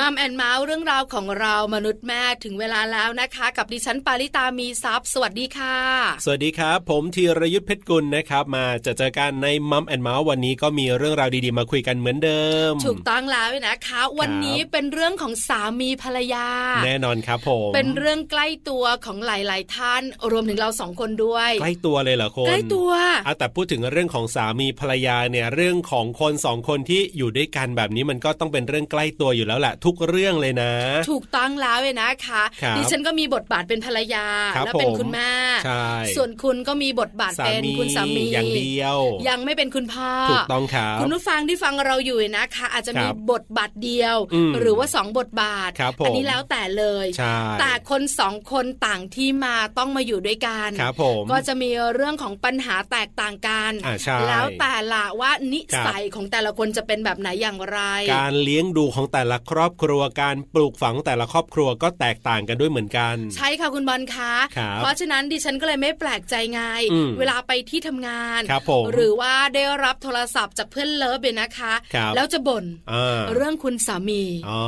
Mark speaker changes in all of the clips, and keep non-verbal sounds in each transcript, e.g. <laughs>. Speaker 1: มัมแอนเมาส์เรื่องราวของเรามนุษย์แม่ถึงเวลาแล้วนะคะ กับดิฉันปาริตามีซัพย์สวัสดีค่ะ
Speaker 2: สวัสดีครับ ผมธีรยุทธเพชรกุลนะครับ มาจะเจอกันในมัมแอนเมาส์วันนี้ก็มีเรื่องราวดีๆ มาคุยกันเหมือนเดิม
Speaker 1: ถูกต้องแล้วนะคะ วันนี้เป็นเรื่องของสามีภรรยา
Speaker 2: แน่นอนครับผม
Speaker 1: เป็นเรื่องใกล้ตัวของหลาย ๆ ท่าน รวมถึงเราสองคนด้วย
Speaker 2: ใกล้ตัวเลยเหรอคน
Speaker 1: ใกล้ตัว
Speaker 2: อ่ะแต่พูดถึงเรื่องของสามีภรรยาเนี่ยเรื่องของคนสองคนที่อยู่ด้วยกันแบบนี้มันก็ต้องเป็นเรื่องใกล้ตัวอยู่แล้วแหละทุกเรื่องเลยนะ
Speaker 1: ถูกต้องแล้วเลยนะคะ
Speaker 2: ครับ
Speaker 1: ดิฉันก็มีบทบาทเป็นภรรยา
Speaker 2: ครับ
Speaker 1: และเป็น
Speaker 2: ผม
Speaker 1: คุณแม่
Speaker 2: ใช่
Speaker 1: ส่วนคุณก็มีบทบาทเป็นคุณสามี
Speaker 2: อย่างเดียว
Speaker 1: ยังไม่เป็นคุณพ่อ
Speaker 2: ถูกต้องครับ
Speaker 1: คุณผู้ฟังที่ฟังเราอยู่นะคะ อาจจะมี
Speaker 2: ครับ
Speaker 1: บทบาทเดียว
Speaker 2: อืม
Speaker 1: หรือว่า 2 บทบาท
Speaker 2: ครับผม
Speaker 1: อันี้แล้วแต่เลย
Speaker 2: ใช่
Speaker 1: แต่คนสองคนต่างที่มาต้องมาอยู่ด้วยกัน
Speaker 2: ครับผม
Speaker 1: ก็จะมีเรื่องของปัญหาแตกต่างกัน
Speaker 2: อ่าใช่
Speaker 1: แล้วแต่ละว่านิสัย
Speaker 2: ครับ
Speaker 1: ของแต่ละคนจะเป็นแบบไหนอย่างไร
Speaker 2: การเลี้ยงดูของแต่ละครอบครัวการปลูกฝังแต่ละครอบครัวก็แตกต่างกันด้วยเหมือนกัน
Speaker 1: ใช่ค่ะคุณบอลคะ
Speaker 2: ครับ
Speaker 1: เพราะฉะนั้นดิฉันก็เลยไม่แปลกใจไง
Speaker 2: อืม
Speaker 1: เวลาไปที่ทำงาน
Speaker 2: ครับผม
Speaker 1: หรือว่าได้รับโทรศัพท์จากเพื่อนเลิฟเนี่ยนะคะ
Speaker 2: ครับ
Speaker 1: แล้วจะบ่น
Speaker 2: อ่า
Speaker 1: เรื่องคุณสามี
Speaker 2: อ๋อ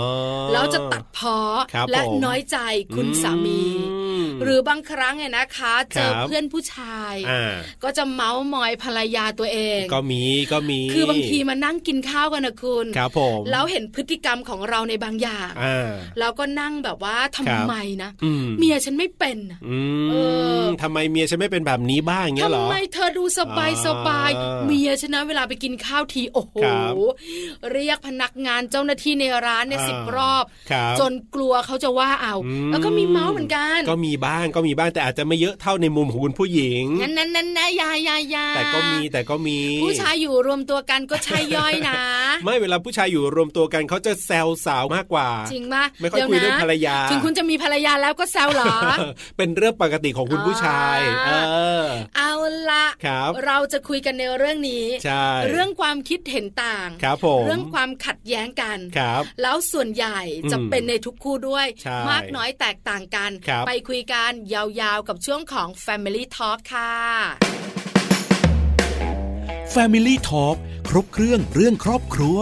Speaker 1: แล้วจะตัดเพ้อ
Speaker 2: ครับ
Speaker 1: และ
Speaker 2: ผม
Speaker 1: น้อยใจคุณสามี
Speaker 2: อืม
Speaker 1: หรือบางครั้งเนี่ยนะคะ เจอ
Speaker 2: ครับ
Speaker 1: เพื่อนผู้ชาย
Speaker 2: อ่า
Speaker 1: ก็จะเมาส์มอยภรรยาตัวเอง
Speaker 2: ก็มีก็มี
Speaker 1: คือบางทีมานั่งกินข้าวกันนะคุณ
Speaker 2: ครับผม
Speaker 1: แล้วเห็นพฤติกรรมของเราในบางอย่าง
Speaker 2: อ่า
Speaker 1: เราก็นั่งแบบว่าทำ
Speaker 2: ครับ
Speaker 1: ไมนะ
Speaker 2: อืม
Speaker 1: เมียฉันไม่เป็นน่ะ
Speaker 2: อื
Speaker 1: เออ
Speaker 2: มทำไมเมียฉันไม่เป็นแบบนี้บ้างเงี้ยเหรอ
Speaker 1: ทำไมเธอดูสบายสบาย
Speaker 2: อ่า
Speaker 1: เมียฉันนะเวลาไปกินข้าวทีโอ้โห
Speaker 2: ครับ
Speaker 1: เรียกพนักงานเจ้าหน้าที่ในร้านเนี่ยสิบรอบ
Speaker 2: ครับ
Speaker 1: จนกลัวเขาจะว่าเอา
Speaker 2: อืม
Speaker 1: แล้วก็มีเมาส์เหมือนกัน
Speaker 2: ก็มีบ้างก็มีบ้างแต่อาจจะไม่เยอะเท่าในมุมของคุณผู้หญิง
Speaker 1: นั้นนั้นนั้นนะอยาอยาอยา
Speaker 2: แต่ก็มีแต่ก็มี
Speaker 1: ผู้ชายอยู่รวมตัวกันก็ใช่ย่อยนะ
Speaker 2: ไม่เวลาผู้ชายอยู่รวมตัวกันเขาจะแซวสาวมากกว่า
Speaker 1: จริงมา
Speaker 2: ไม่ค่อยคุยเรื่องภรรยา
Speaker 1: ถึงคุณจะมีภรรยาแล้วก็แซวเหรอ
Speaker 2: <laughs> เป็นเรื่องปกติของคุณผู้ชาย
Speaker 1: อ๋
Speaker 2: เอ
Speaker 1: อ
Speaker 2: อ
Speaker 1: เอาละ
Speaker 2: ครับ
Speaker 1: เราจะคุยกันในเรื่องนี้
Speaker 2: ใช่
Speaker 1: เรื่องความคิดเห็นต่าง
Speaker 2: ครับผม
Speaker 1: เรื่องความขัดแย้งกัน
Speaker 2: ครับ
Speaker 1: แล้วส่วนใหญ่จะ
Speaker 2: อืม
Speaker 1: เป็นในทุกคู่ด้วย
Speaker 2: ใช่
Speaker 1: มากน้อยแตกต่างกัน
Speaker 2: ครับ
Speaker 1: ไปคุยกันยาวๆกับช่วงของ Family Talk ค่ะ
Speaker 3: Family Talk ครบเครื่องเรื่องครอบครัว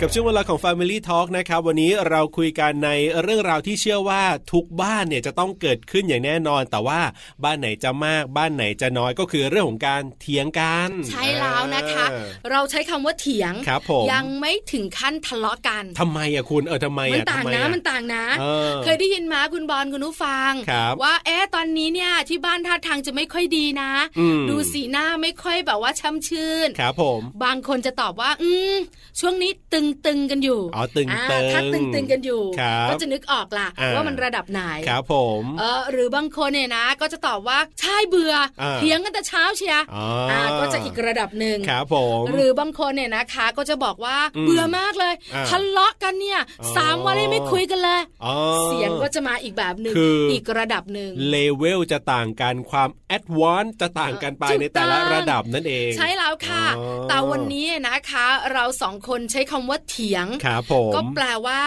Speaker 2: กับช่วงเวลาของ Family Talk นะครับ วันนี้เราคุยกันในเรื่องราวที่เชื่อว่าทุกบ้านเนี่ยจะต้องเกิดขึ้นอย่างแน่นอน แต่ว่าบ้านไหนจะมากบ้านไหนจะน้อยก็คือเรื่องของการเถียงกัน
Speaker 1: ใช่แล้วนะคะ
Speaker 2: เออ
Speaker 1: เราใช้คำว่าเถียง
Speaker 2: ครับผม
Speaker 1: ยังไม่ถึงขั้นทะเลาะกัน
Speaker 2: ทำไมอะคุณเออทำไม
Speaker 1: มัน
Speaker 2: อะ
Speaker 1: ต่าง
Speaker 2: ทำ
Speaker 1: นะ
Speaker 2: ไอะ
Speaker 1: มันต่างนะ
Speaker 2: เออ
Speaker 1: เคยได้ยินมาคุณบอลคุณนุฟัง
Speaker 2: ครับ
Speaker 1: ว่าเอ๊ะตอนนี้เนี่ยที่บ้านท่าทางจะไม่ค่อยดีนะ
Speaker 2: อืม
Speaker 1: ดูสีหน้าไม่ค่อยแบบว่าช่ำชื่น
Speaker 2: ครับผม
Speaker 1: บางคนจะตอบว่า อืม ช่วงนี้ตึงตึงๆกันอยู่
Speaker 2: อ๋อตึงๆ
Speaker 1: าถ้าตึงตึงๆกันอยู่
Speaker 2: ครับ
Speaker 1: ก็จะนึกออกล่ะ
Speaker 2: อ่า
Speaker 1: ว่ามันระดับไหน
Speaker 2: ครับผม
Speaker 1: เออหรือบางคนเนี่ยนะ ก็จะตอบว่าใช่เบื่ออา เถียงกันแต่เช้าเชีย
Speaker 2: อ๋อ
Speaker 1: อ่าก็จะอีกระดับหนึ่ง
Speaker 2: ครับผม
Speaker 1: หรือบางคนเนี่ยนะคะก็จะบอกว่า
Speaker 2: อืม
Speaker 1: เบื่อมากเลย
Speaker 2: อ่า
Speaker 1: ทะเลาะกันเนี่ย
Speaker 2: อ๋อ
Speaker 1: สามวันเลยไม่คุยกันเลย
Speaker 2: อ๋อ
Speaker 1: เสียงก็จะมาอีกแบบหนึ่ง
Speaker 2: คือ
Speaker 1: อีกระดับหนึ่ง
Speaker 2: เลเวลจะต่างกันความแอดวานจะต่างกันไป
Speaker 1: ถูก
Speaker 2: ในแต่ละ
Speaker 1: ต้อง
Speaker 2: ระดับนั่นเอง
Speaker 1: ใช่แล้วค่ะ
Speaker 2: อ๋อ
Speaker 1: แต่วันนี้นะคะ เราสองคนใช้คำว่าเถียง
Speaker 2: ครับผม
Speaker 1: ก็แปลว่า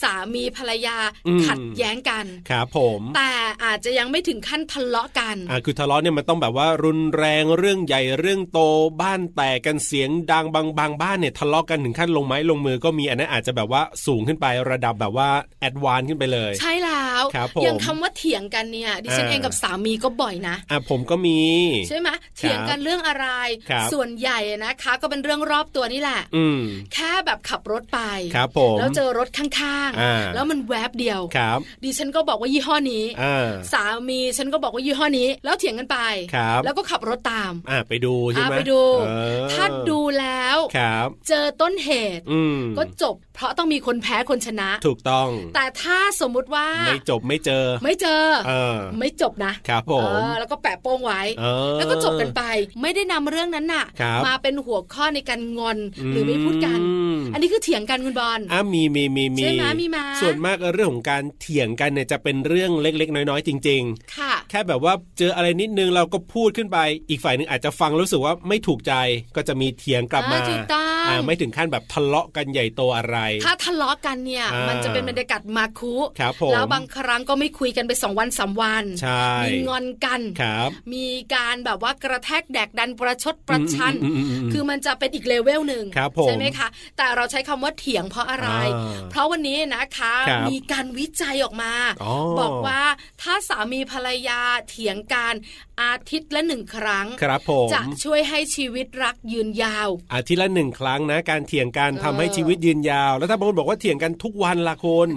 Speaker 1: สามีภรรยา
Speaker 2: อืม
Speaker 1: ขัดแย้งกัน
Speaker 2: ครับผม
Speaker 1: แต่อาจจะยังไม่ถึงขั้นทะเลาะกัน
Speaker 2: อ่าคือทะเลาะเนี่ยมันต้องแบบว่ารุนแรงเรื่องใหญ่เรื่องโตบ้านแตกกันเสียงดังบางบางบ้านเนี่ยทะเลาะกันถึงขั้นลงไม้ลงมือก็มีอันนั้นอาจจะแบบว่าสูงขึ้นไประดับแบบว่าแอดวานขึ้นไปเลย
Speaker 1: ใช่แล้ว
Speaker 2: ครับผม
Speaker 1: อย่างคำว่าเถียงกันเนี่ยดิฉัน
Speaker 2: อ่า
Speaker 1: เองกับสามีก็บ่อยนะ
Speaker 2: อ่ะผมก็มี
Speaker 1: ใช่ไหมเถียงกันเรื่องอะไร
Speaker 2: ครับ
Speaker 1: ส่วนใหญ่นะคะ ก็เป็นเรื่องรอบตัวนี่แหละ
Speaker 2: อืม
Speaker 1: แค่แบบขับรถไป
Speaker 2: ครับผม
Speaker 1: แล้วเจอรถข้าง
Speaker 2: อ่า
Speaker 1: ๆ แล้วมันแวบเดียว
Speaker 2: ครับ
Speaker 1: ดิฉันก็บอกว่ายี่ห้อนี้
Speaker 2: อ่า
Speaker 1: สามีฉันก็บอกว่ายี่ห้อนี้ แล้วเถียงกันไป
Speaker 2: ครับ
Speaker 1: แล้วก็ขับรถตาม
Speaker 2: อ่าไปดูใช่
Speaker 1: อ่า
Speaker 2: ไหม
Speaker 1: ไปดู
Speaker 2: เออ
Speaker 1: ถ้าดูแล้ว
Speaker 2: ครับ
Speaker 1: เจอต้นเหตุ
Speaker 2: อืม
Speaker 1: ก็จบ เพราะต้องมีคนแพ้คนชนะ
Speaker 2: ถูกต้อง
Speaker 1: แต่ถ้าสมมุติว่า
Speaker 2: ไม่จบไม่เจอ
Speaker 1: ไม่เจอ
Speaker 2: เออ
Speaker 1: ไม่จบนะครับ
Speaker 2: ผม
Speaker 1: เออแล้วก็แปะโป้งไว้
Speaker 2: เออ
Speaker 1: แล้วก็จบกันไป ไม่ได้นำเรื่องนั้นน่ะ
Speaker 2: ครับ
Speaker 1: มาเป็นหัวข้อในการงอนหรือไม่พูดกัน
Speaker 2: ม
Speaker 1: อันนี้คือเถียงกันคุณบอล
Speaker 2: อ่ะมีมีมีมี
Speaker 1: ใช่ไหมมีมา
Speaker 2: ส่วนมากเรื่องของการเถียงกันเนี่ยจะเป็นเรื่องเล็ก ๆ น้อย ๆ จริง
Speaker 1: ค่ะ
Speaker 2: ๆ แค่แบบว่าเจออะไรนิดนึงเราก็พูดขึ้นไป อีกฝ่ายหนึ่งอาจจะฟังรู้สึกว่าไม่ถูกใจก็จะมีเถียงกลับมา
Speaker 1: อ่าถูกต้อง
Speaker 2: อ่าไม่ถึงขั้นแบบทะเลาะกันใหญ่โตอะไร
Speaker 1: ถ้าทะเลาะกันเนี่ย
Speaker 2: อ่ามั
Speaker 1: มันจะเป็นบรรยากาศมาคุ
Speaker 2: ครับผม
Speaker 1: แล้ว แล้วบางครั้งก็ไม่คุยกันไปสองวันสามวัน
Speaker 2: ใช่
Speaker 1: มีงอนกัน
Speaker 2: ครับ
Speaker 1: มีการแบบว่ากระแทกแดกดันประชดประชัน
Speaker 2: อืมอืมอืมอืม
Speaker 1: คือมันจะเป็นอีกเลเวลหนึ่ง
Speaker 2: ครับผม
Speaker 1: ใช่ไหมคะ แต่เราใช้คำว่าเถียงเพราะอะไร
Speaker 2: อ่า
Speaker 1: เพราะวันนี้นะคะ
Speaker 2: ครับ
Speaker 1: มีการวิจัยออกมา
Speaker 2: อ๋อ
Speaker 1: บอกว่าถ้าสามีภรรยาเถียงกันอาทิตย์ละหนึ่งครั้ง
Speaker 2: ครับผม
Speaker 1: จะช่วยให้ชีวิตรักยืนยาว
Speaker 2: อาทิตย์ละหนึ่งครั้งนะ การเถียงกัน
Speaker 1: เออ
Speaker 2: ทำให้ชีวิตยืนยาว แล้วถ้าบางคนบอกว่าเถียงกันทุกวันละคน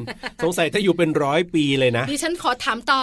Speaker 2: สงสัยถ้าอยู่เป็นร้อยปีเลยนะ
Speaker 1: ดิฉันขอถามต่อ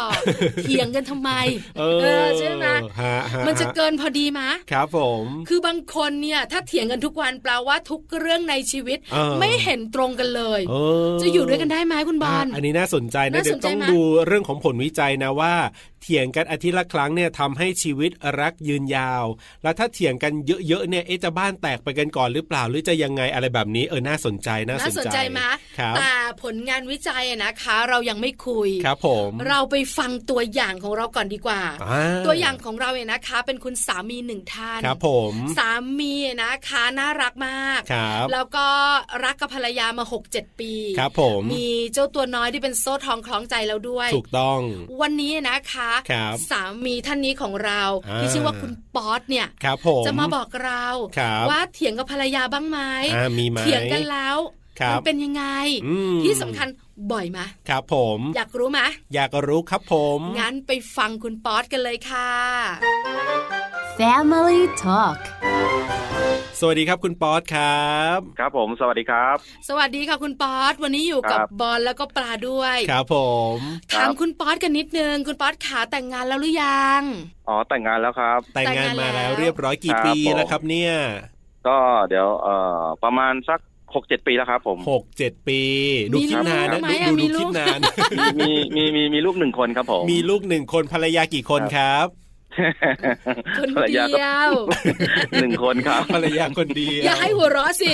Speaker 1: เถียงกันทำไม
Speaker 2: เออ
Speaker 1: ใช่ไหม
Speaker 2: ฮะฮ
Speaker 1: มันจะเกินพอดีมะ
Speaker 2: ครับผม
Speaker 1: คือบางคนเนี่ยถ้าเถียงกันทุกวันแปลว่าทุกเรื่องในชีวิต
Speaker 2: เออ
Speaker 1: ไม่เห็นตรงกันเลย
Speaker 2: เอ
Speaker 1: จะอยู่ด้วยกันได้ไหมคุณบอล
Speaker 2: ะอันนี้น่าสนใจนะ
Speaker 1: น่า
Speaker 2: เดี๋ย
Speaker 1: ส
Speaker 2: วน
Speaker 1: ใจ
Speaker 2: ต้อง
Speaker 1: ไหม
Speaker 2: ดูเรื่องของผลวิจัยนะว่า เถียงกันอาทิตย์ละครั้งเนี่ยทำให้ชีวิตรักยืนยาว แล้วถ้าเถียงกันเยอะๆเนี่ยเอ๊ะจะบ้านแตกไปกันก่อนหรือเปล่าหรือจะยังไงอะไรแบบนี้เออน่าสนใจน่าสนใจ
Speaker 1: ไหม
Speaker 2: ครับ
Speaker 1: แต่ผลงานวิจัยอะนะคะ เรายังไม่คุย
Speaker 2: ครับผม
Speaker 1: เราไปฟังตัวอย่างของเราก่อนดีกว่า
Speaker 2: อ่า
Speaker 1: ตัวอย่างของเราเนี่ยนะคะ เป็นคุณสามีหนึ่งท่าน
Speaker 2: ครับผม
Speaker 1: สามีนะคะน่ารักมาก
Speaker 2: ครับ
Speaker 1: แล้วก็รักกับภรรยามา 6-7 ปี
Speaker 2: ครับผม
Speaker 1: มีเจ้าตัวน้อยที่เป็นโซ่ทองคล้องใจแล้วด้วย
Speaker 2: ถูกต้อง
Speaker 1: วันนี้นะคะ
Speaker 2: ครับ
Speaker 1: สามีท่านนี้ของเรา
Speaker 2: อ่า
Speaker 1: ที่ชื่อว่าคุณป๊อตเนี่ย
Speaker 2: ครับผม
Speaker 1: จะมาบอกเรา
Speaker 2: ครับ
Speaker 1: ว่าเถียงกับภรรยาบ้างไหม
Speaker 2: อ่ามีไหม
Speaker 1: เถียงกันแล้ว
Speaker 2: ครับ
Speaker 1: มัเป็นยังไง
Speaker 2: อืม
Speaker 1: ที่สำคัญบ่อยไหม
Speaker 2: ครับผม
Speaker 1: อยากรู้ไหม
Speaker 2: อยากรู้ครับผม
Speaker 1: งั้นไปฟังคุณป๊อตกันเลยค่ะ
Speaker 4: Family Talk
Speaker 2: สวัสดีครับคุณป๊อตครับ
Speaker 5: ครับผมสวัสดีครับ
Speaker 1: สวัสดีค่ะคุณป๊อตวันนี้อยู่กับ
Speaker 5: ครับ
Speaker 1: บอลแล้วก็ปลาด้วย
Speaker 2: ครับผม
Speaker 1: ถามคุณป๊อตกันนิดนึง คุณป๊อตขาแต่งงานแล้วหรือยัง
Speaker 5: อ๋อแต่งงานแล้วครับ
Speaker 2: แต่งงานมา
Speaker 1: แต่งงาน
Speaker 2: แล้ว
Speaker 1: แล้ว
Speaker 2: เรียบร้อยกี่
Speaker 5: ครับ
Speaker 2: ปี
Speaker 5: ผม
Speaker 2: แล้วครับเนี่ย
Speaker 5: ก็เดี๋ยวเอ่อประมาณสักหกเจ็ดปีแล้วครับผม
Speaker 2: หกเจ็ดปี ดู
Speaker 1: มี
Speaker 2: คิดนานนะ
Speaker 1: ลูกไหม
Speaker 2: ดู
Speaker 1: อะ
Speaker 2: ดู
Speaker 1: มี
Speaker 2: ดู
Speaker 1: ลูก
Speaker 2: คิดนาน
Speaker 5: มีมีมีมีลูกหนึ่งคนครับผม
Speaker 2: มีลูกหนึ่งคนภรรยากี่คนครับ
Speaker 1: คน
Speaker 5: ภรร
Speaker 1: เดี
Speaker 5: ยาก็ <laughs>
Speaker 1: ยว
Speaker 5: หนึ่งคนครับ
Speaker 2: ภรรยาคนเดียว
Speaker 1: อย่าให้หัวเราะสิ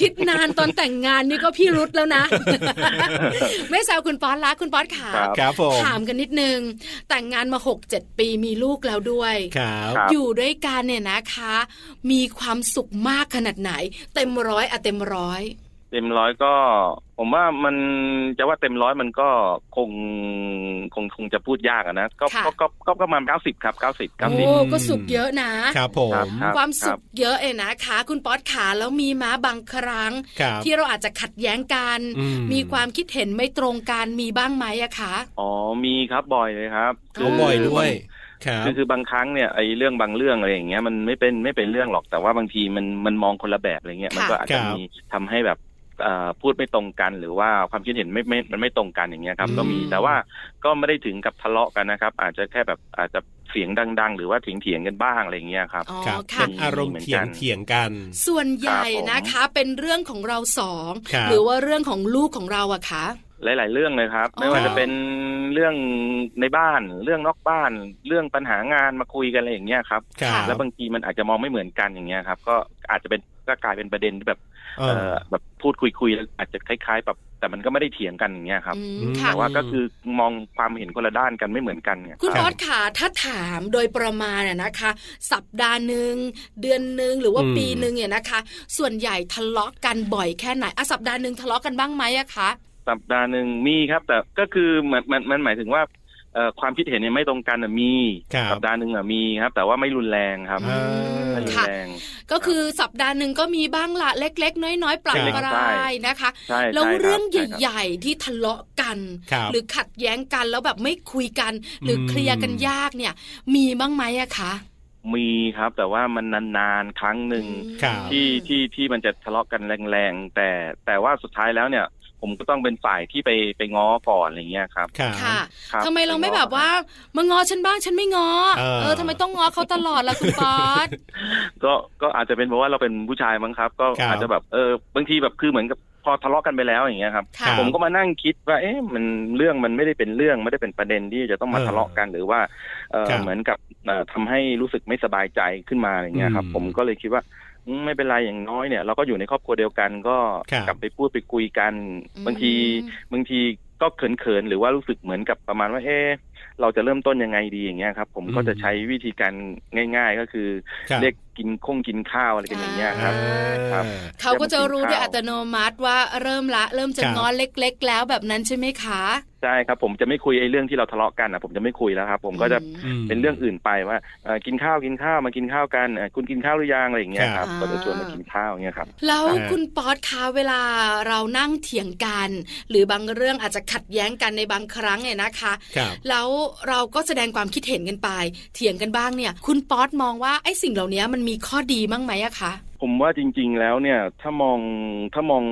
Speaker 1: คิดนานตอนแต่งงานนี่ก็พี่รุดแล้วนะ <laughs> ไม่แซวคุณป๊อตละคุณป๊อตขา
Speaker 5: ครับ
Speaker 2: ครับผม
Speaker 1: ถามกันนิดนึง แต่งงานมา 6 7 ปีมีลูกแล้วด้วย
Speaker 2: ครับ
Speaker 5: ครับ
Speaker 1: อยู่ด้วยกันเนี่ยนะคะ มีความสุขมากขนาดไหน เต็มร้อยอะเต็มร้อย
Speaker 5: เต็มร้อยก็ ผมว่ามันจะว่าเต็มร้อยมันก็คงคงคงจะพูดยากอะนะก็ก็ก็ก็ประมาณเก้าสิบครับเก้าสิบเก้า
Speaker 1: โอ้
Speaker 5: สิบ
Speaker 1: ก็สุขเยอะนะ
Speaker 2: ครับผม
Speaker 5: ครับ
Speaker 1: ความสุขเยอะเองนะคะ คุณป๊อตขาแล้วมีม้าบางครั้ง
Speaker 2: ครับ
Speaker 1: ที่เราอาจจะขัดแย้งกัน
Speaker 2: อืม
Speaker 1: มีความคิดเห็นไม่ตรงกันมีบ้างไหมอะคะ
Speaker 5: อ๋อมีครับบ่อยเลยครับ
Speaker 1: โ
Speaker 2: เอาบ่อยด้วยครับ
Speaker 5: คือคือบางครั้งเนี่ยไอ้เรื่องบางเรื่องอะไรอย่างเงี้ยมันไม่เป็นไม่เป็นเรื่องหรอกแต่ว่าบางทีมันมันมองคนละแบบอะไรเงี้ย
Speaker 1: ค่ะ
Speaker 5: มันก็อาจจะมีทำให้แบบเอ่อพูดไม่ตรงกัน หรือว่าความคิดเห็นไม่ไม่มันไม่ตรงกันอย่างเงี้ยครับ
Speaker 2: อืม
Speaker 5: ก็มีแต่ว่าก็ไม่ได้ถึงกับทะเลาะกันนะครับ อาจจะแค่แบบอาจจะเสียงดัง ๆ หรือว่าเถียงเถียงๆกันบ้างอะไรเงี้ยครับ
Speaker 1: อ๋อ
Speaker 2: ครับ
Speaker 1: ค่ะ
Speaker 2: เป็นอารมณ์เถียงเถียงกัน
Speaker 1: ส่วนใหญ่
Speaker 5: ครับผม
Speaker 1: นะคะเป็นเรื่องของเราสอง
Speaker 2: ครับ
Speaker 1: หรือว่าเรื่องของลูกของเราอะคะ
Speaker 5: หลาย ๆ เรื่องเลยครับ ไม่ว่า
Speaker 1: อ๋อ
Speaker 5: จะเป็นเรื่องในบ้านเรื่องนอกบ้าน เรื่องปัญหางานมาคุยกันอะไรอย่างเงี้ยครับ
Speaker 2: ครับ
Speaker 5: แล้วบางทีมันอาจจะมองไม่เหมือนกันอย่างเงี้ยครับ ก็อาจจะเป็นก็กลายเป็นประเด็นที่แบบ
Speaker 2: เอ
Speaker 5: เอ่
Speaker 2: อ
Speaker 5: อแบบพูดคุยคุยๆแล้วอาจจะคล้ายๆแบบแต่มันก็ไม่ได้เถียงกันอย่างเงี้ยครับ
Speaker 1: อืม
Speaker 2: อืม
Speaker 1: ค่ะ
Speaker 5: แต่ว่าก็คือมองความเห็นคนละด้านกันไม่เหมือนกันเนี่ย
Speaker 1: คุณบ
Speaker 5: ครับ
Speaker 1: อสค่ะถ้าถามโดยประมาณอะนะคะ สัปดาห์หนึ่งเดือนหนึ่งหรือว่า
Speaker 2: อืม
Speaker 1: ปีหนึ่งเนี่ยนะคะ ส่วนใหญ่ทะเลาะกันบ่อยแค่ไหนอะสัปดาห์หนึ่งทะเลาะกันบ้างไหมอะคะ
Speaker 5: สัปดาห์หนึ่งมีครับ แต่ก็คือมันมันมันหมายถึงว่าเอ่อความคิดเห็นเนี่ยไม่ตรงกันน่ะมี
Speaker 2: ครับ
Speaker 5: สัปดาห์หนึ่งอ่ะมีครับ แต่ว่าไม่รุนแรงครับ
Speaker 1: อืม
Speaker 5: ไม่รุน
Speaker 1: ค่ะ
Speaker 5: แรง
Speaker 1: ก็คือสัปดาห์หนึ่งก็มีบ้างละเล็ก ๆ น้อยๆปรับ
Speaker 2: ครับ
Speaker 1: ปรายนะคะ
Speaker 5: ใช่
Speaker 1: แล้ว
Speaker 5: ใช่คบ
Speaker 1: เรื่อง
Speaker 5: ช่ครับ
Speaker 1: ใหญ่ๆที่ทะเลาะกัน
Speaker 2: ครับ
Speaker 1: หรือขัดแย้งกันแล้วแบบไม่คุยกัน หรืออ
Speaker 2: ม
Speaker 1: เคลียร์กันยากเนี่ย มีบ้างไหมอะคะ
Speaker 5: มีครับ แต่ว่ามันนานๆครั้งหนึ่ง
Speaker 2: ครับ
Speaker 5: ที่ที่ที่มันจะทะเลาะกันแรงๆ แต่แต่ว่าสุดท้ายแล้วเนี่ย ผมก็ต้องเป็นฝ่ายที่ไปไปง้อก่อนอะไรเงี้ยครับ
Speaker 2: ครับ
Speaker 1: ค่ะ
Speaker 5: ครับ
Speaker 1: ทำไมเราไม่
Speaker 5: ปง้อ
Speaker 1: แบบว่ามางอฉันบ้างฉันไม่งอ
Speaker 2: เออ
Speaker 1: ทำไมต้องงอเขาตลอดล่ะคุณป๊อต
Speaker 5: ก็ก็อาจจะเป็นเพราะว่าเราเป็นผู้ชายมั้งครับ ก็
Speaker 2: ครับ
Speaker 5: อาจจะแบบเออบางทีแบบคือเหมือนกับพอทะเลาะกันไปแล้วอย่างเงี้ยครับ
Speaker 1: ค่ะ
Speaker 5: ผมก็มานั่งคิดว่าเอ๊ะมันเรื่องมันไม่ได้เป็นเรื่องไม่ได้เป็นประเด็นที่จะต้องมา
Speaker 2: เออ
Speaker 5: ทะเลาะกันหรือว่าเออ
Speaker 2: ครับ
Speaker 5: เหมือนกับเอ่อทำให้รู้สึกไม่สบายใจขึ้นมาอะไรเงี้ยครับ
Speaker 2: อืม
Speaker 5: ผมก็เลยคิดว่าอืมไม่เป็นไรอย่างน้อยเนี่ย เราก็อยู่ในครอบครัวเดียวกัน ก็
Speaker 2: ครับ
Speaker 5: กลับไปพูดไปคุยกัน
Speaker 1: อืม
Speaker 5: บางทีบางทีก็เขินๆหรือว่ารู้สึกเหมือนกับประมาณว่าเอ๊ะ เราจะเริ่มต้นยังไงดีอย่างเงี้ยครับ ผมก็
Speaker 2: อืม
Speaker 5: จะใช้วิธีการง่าย ๆ ก็คือ
Speaker 2: ครับ
Speaker 5: เรียกกินคงกินข้าวอะไรกันอย่างเงี้ยครับ ครับ
Speaker 1: เขาก็จะรู้โดยอัตโนมัติว่าเริ่มละ เริ่มจะ
Speaker 2: ครับ
Speaker 1: ง้อเล็ก ๆ แล้วแบบนั้นใช่ไหมคะ
Speaker 5: ใช่ครับ ผมจะไม่คุยไอ้เรื่องที่เราทะเลาะกันนะผมจะไม่คุยแล้วครับ ผมก็จะ
Speaker 2: อืม
Speaker 5: เป็นเรื่องอื่นไปว่าเอ่อกินข้าวกินข้าวมากินข้าวกันเอ่อคุณกินข้าวหรือยังอะไรอย่างเงี้ย
Speaker 2: ค
Speaker 5: ค
Speaker 2: รั
Speaker 5: รับ บก็จะชวนมากินข้าวอย่างเงี้ยครับ
Speaker 1: แล้ว
Speaker 2: อ่า
Speaker 1: คุณป๊อดคะเวลาเรานั่งเถียงกัน หรือบางเรื่องอาจจะขัดแย้งกันในบางครั้งเนี่ยนะคะ
Speaker 2: ครับ
Speaker 1: แล้วเราก็แสดงความคิดเห็นกันไป เถียงกันบ้างเนี่ย คุณป๊อดมองว่าไอ้สิ่งเหล่านี้มันมีข้อดีมั้างไหมอะคะ
Speaker 5: ผมว่าจริง ๆ แล้วเนี่ยถ้ามองถ้ามอง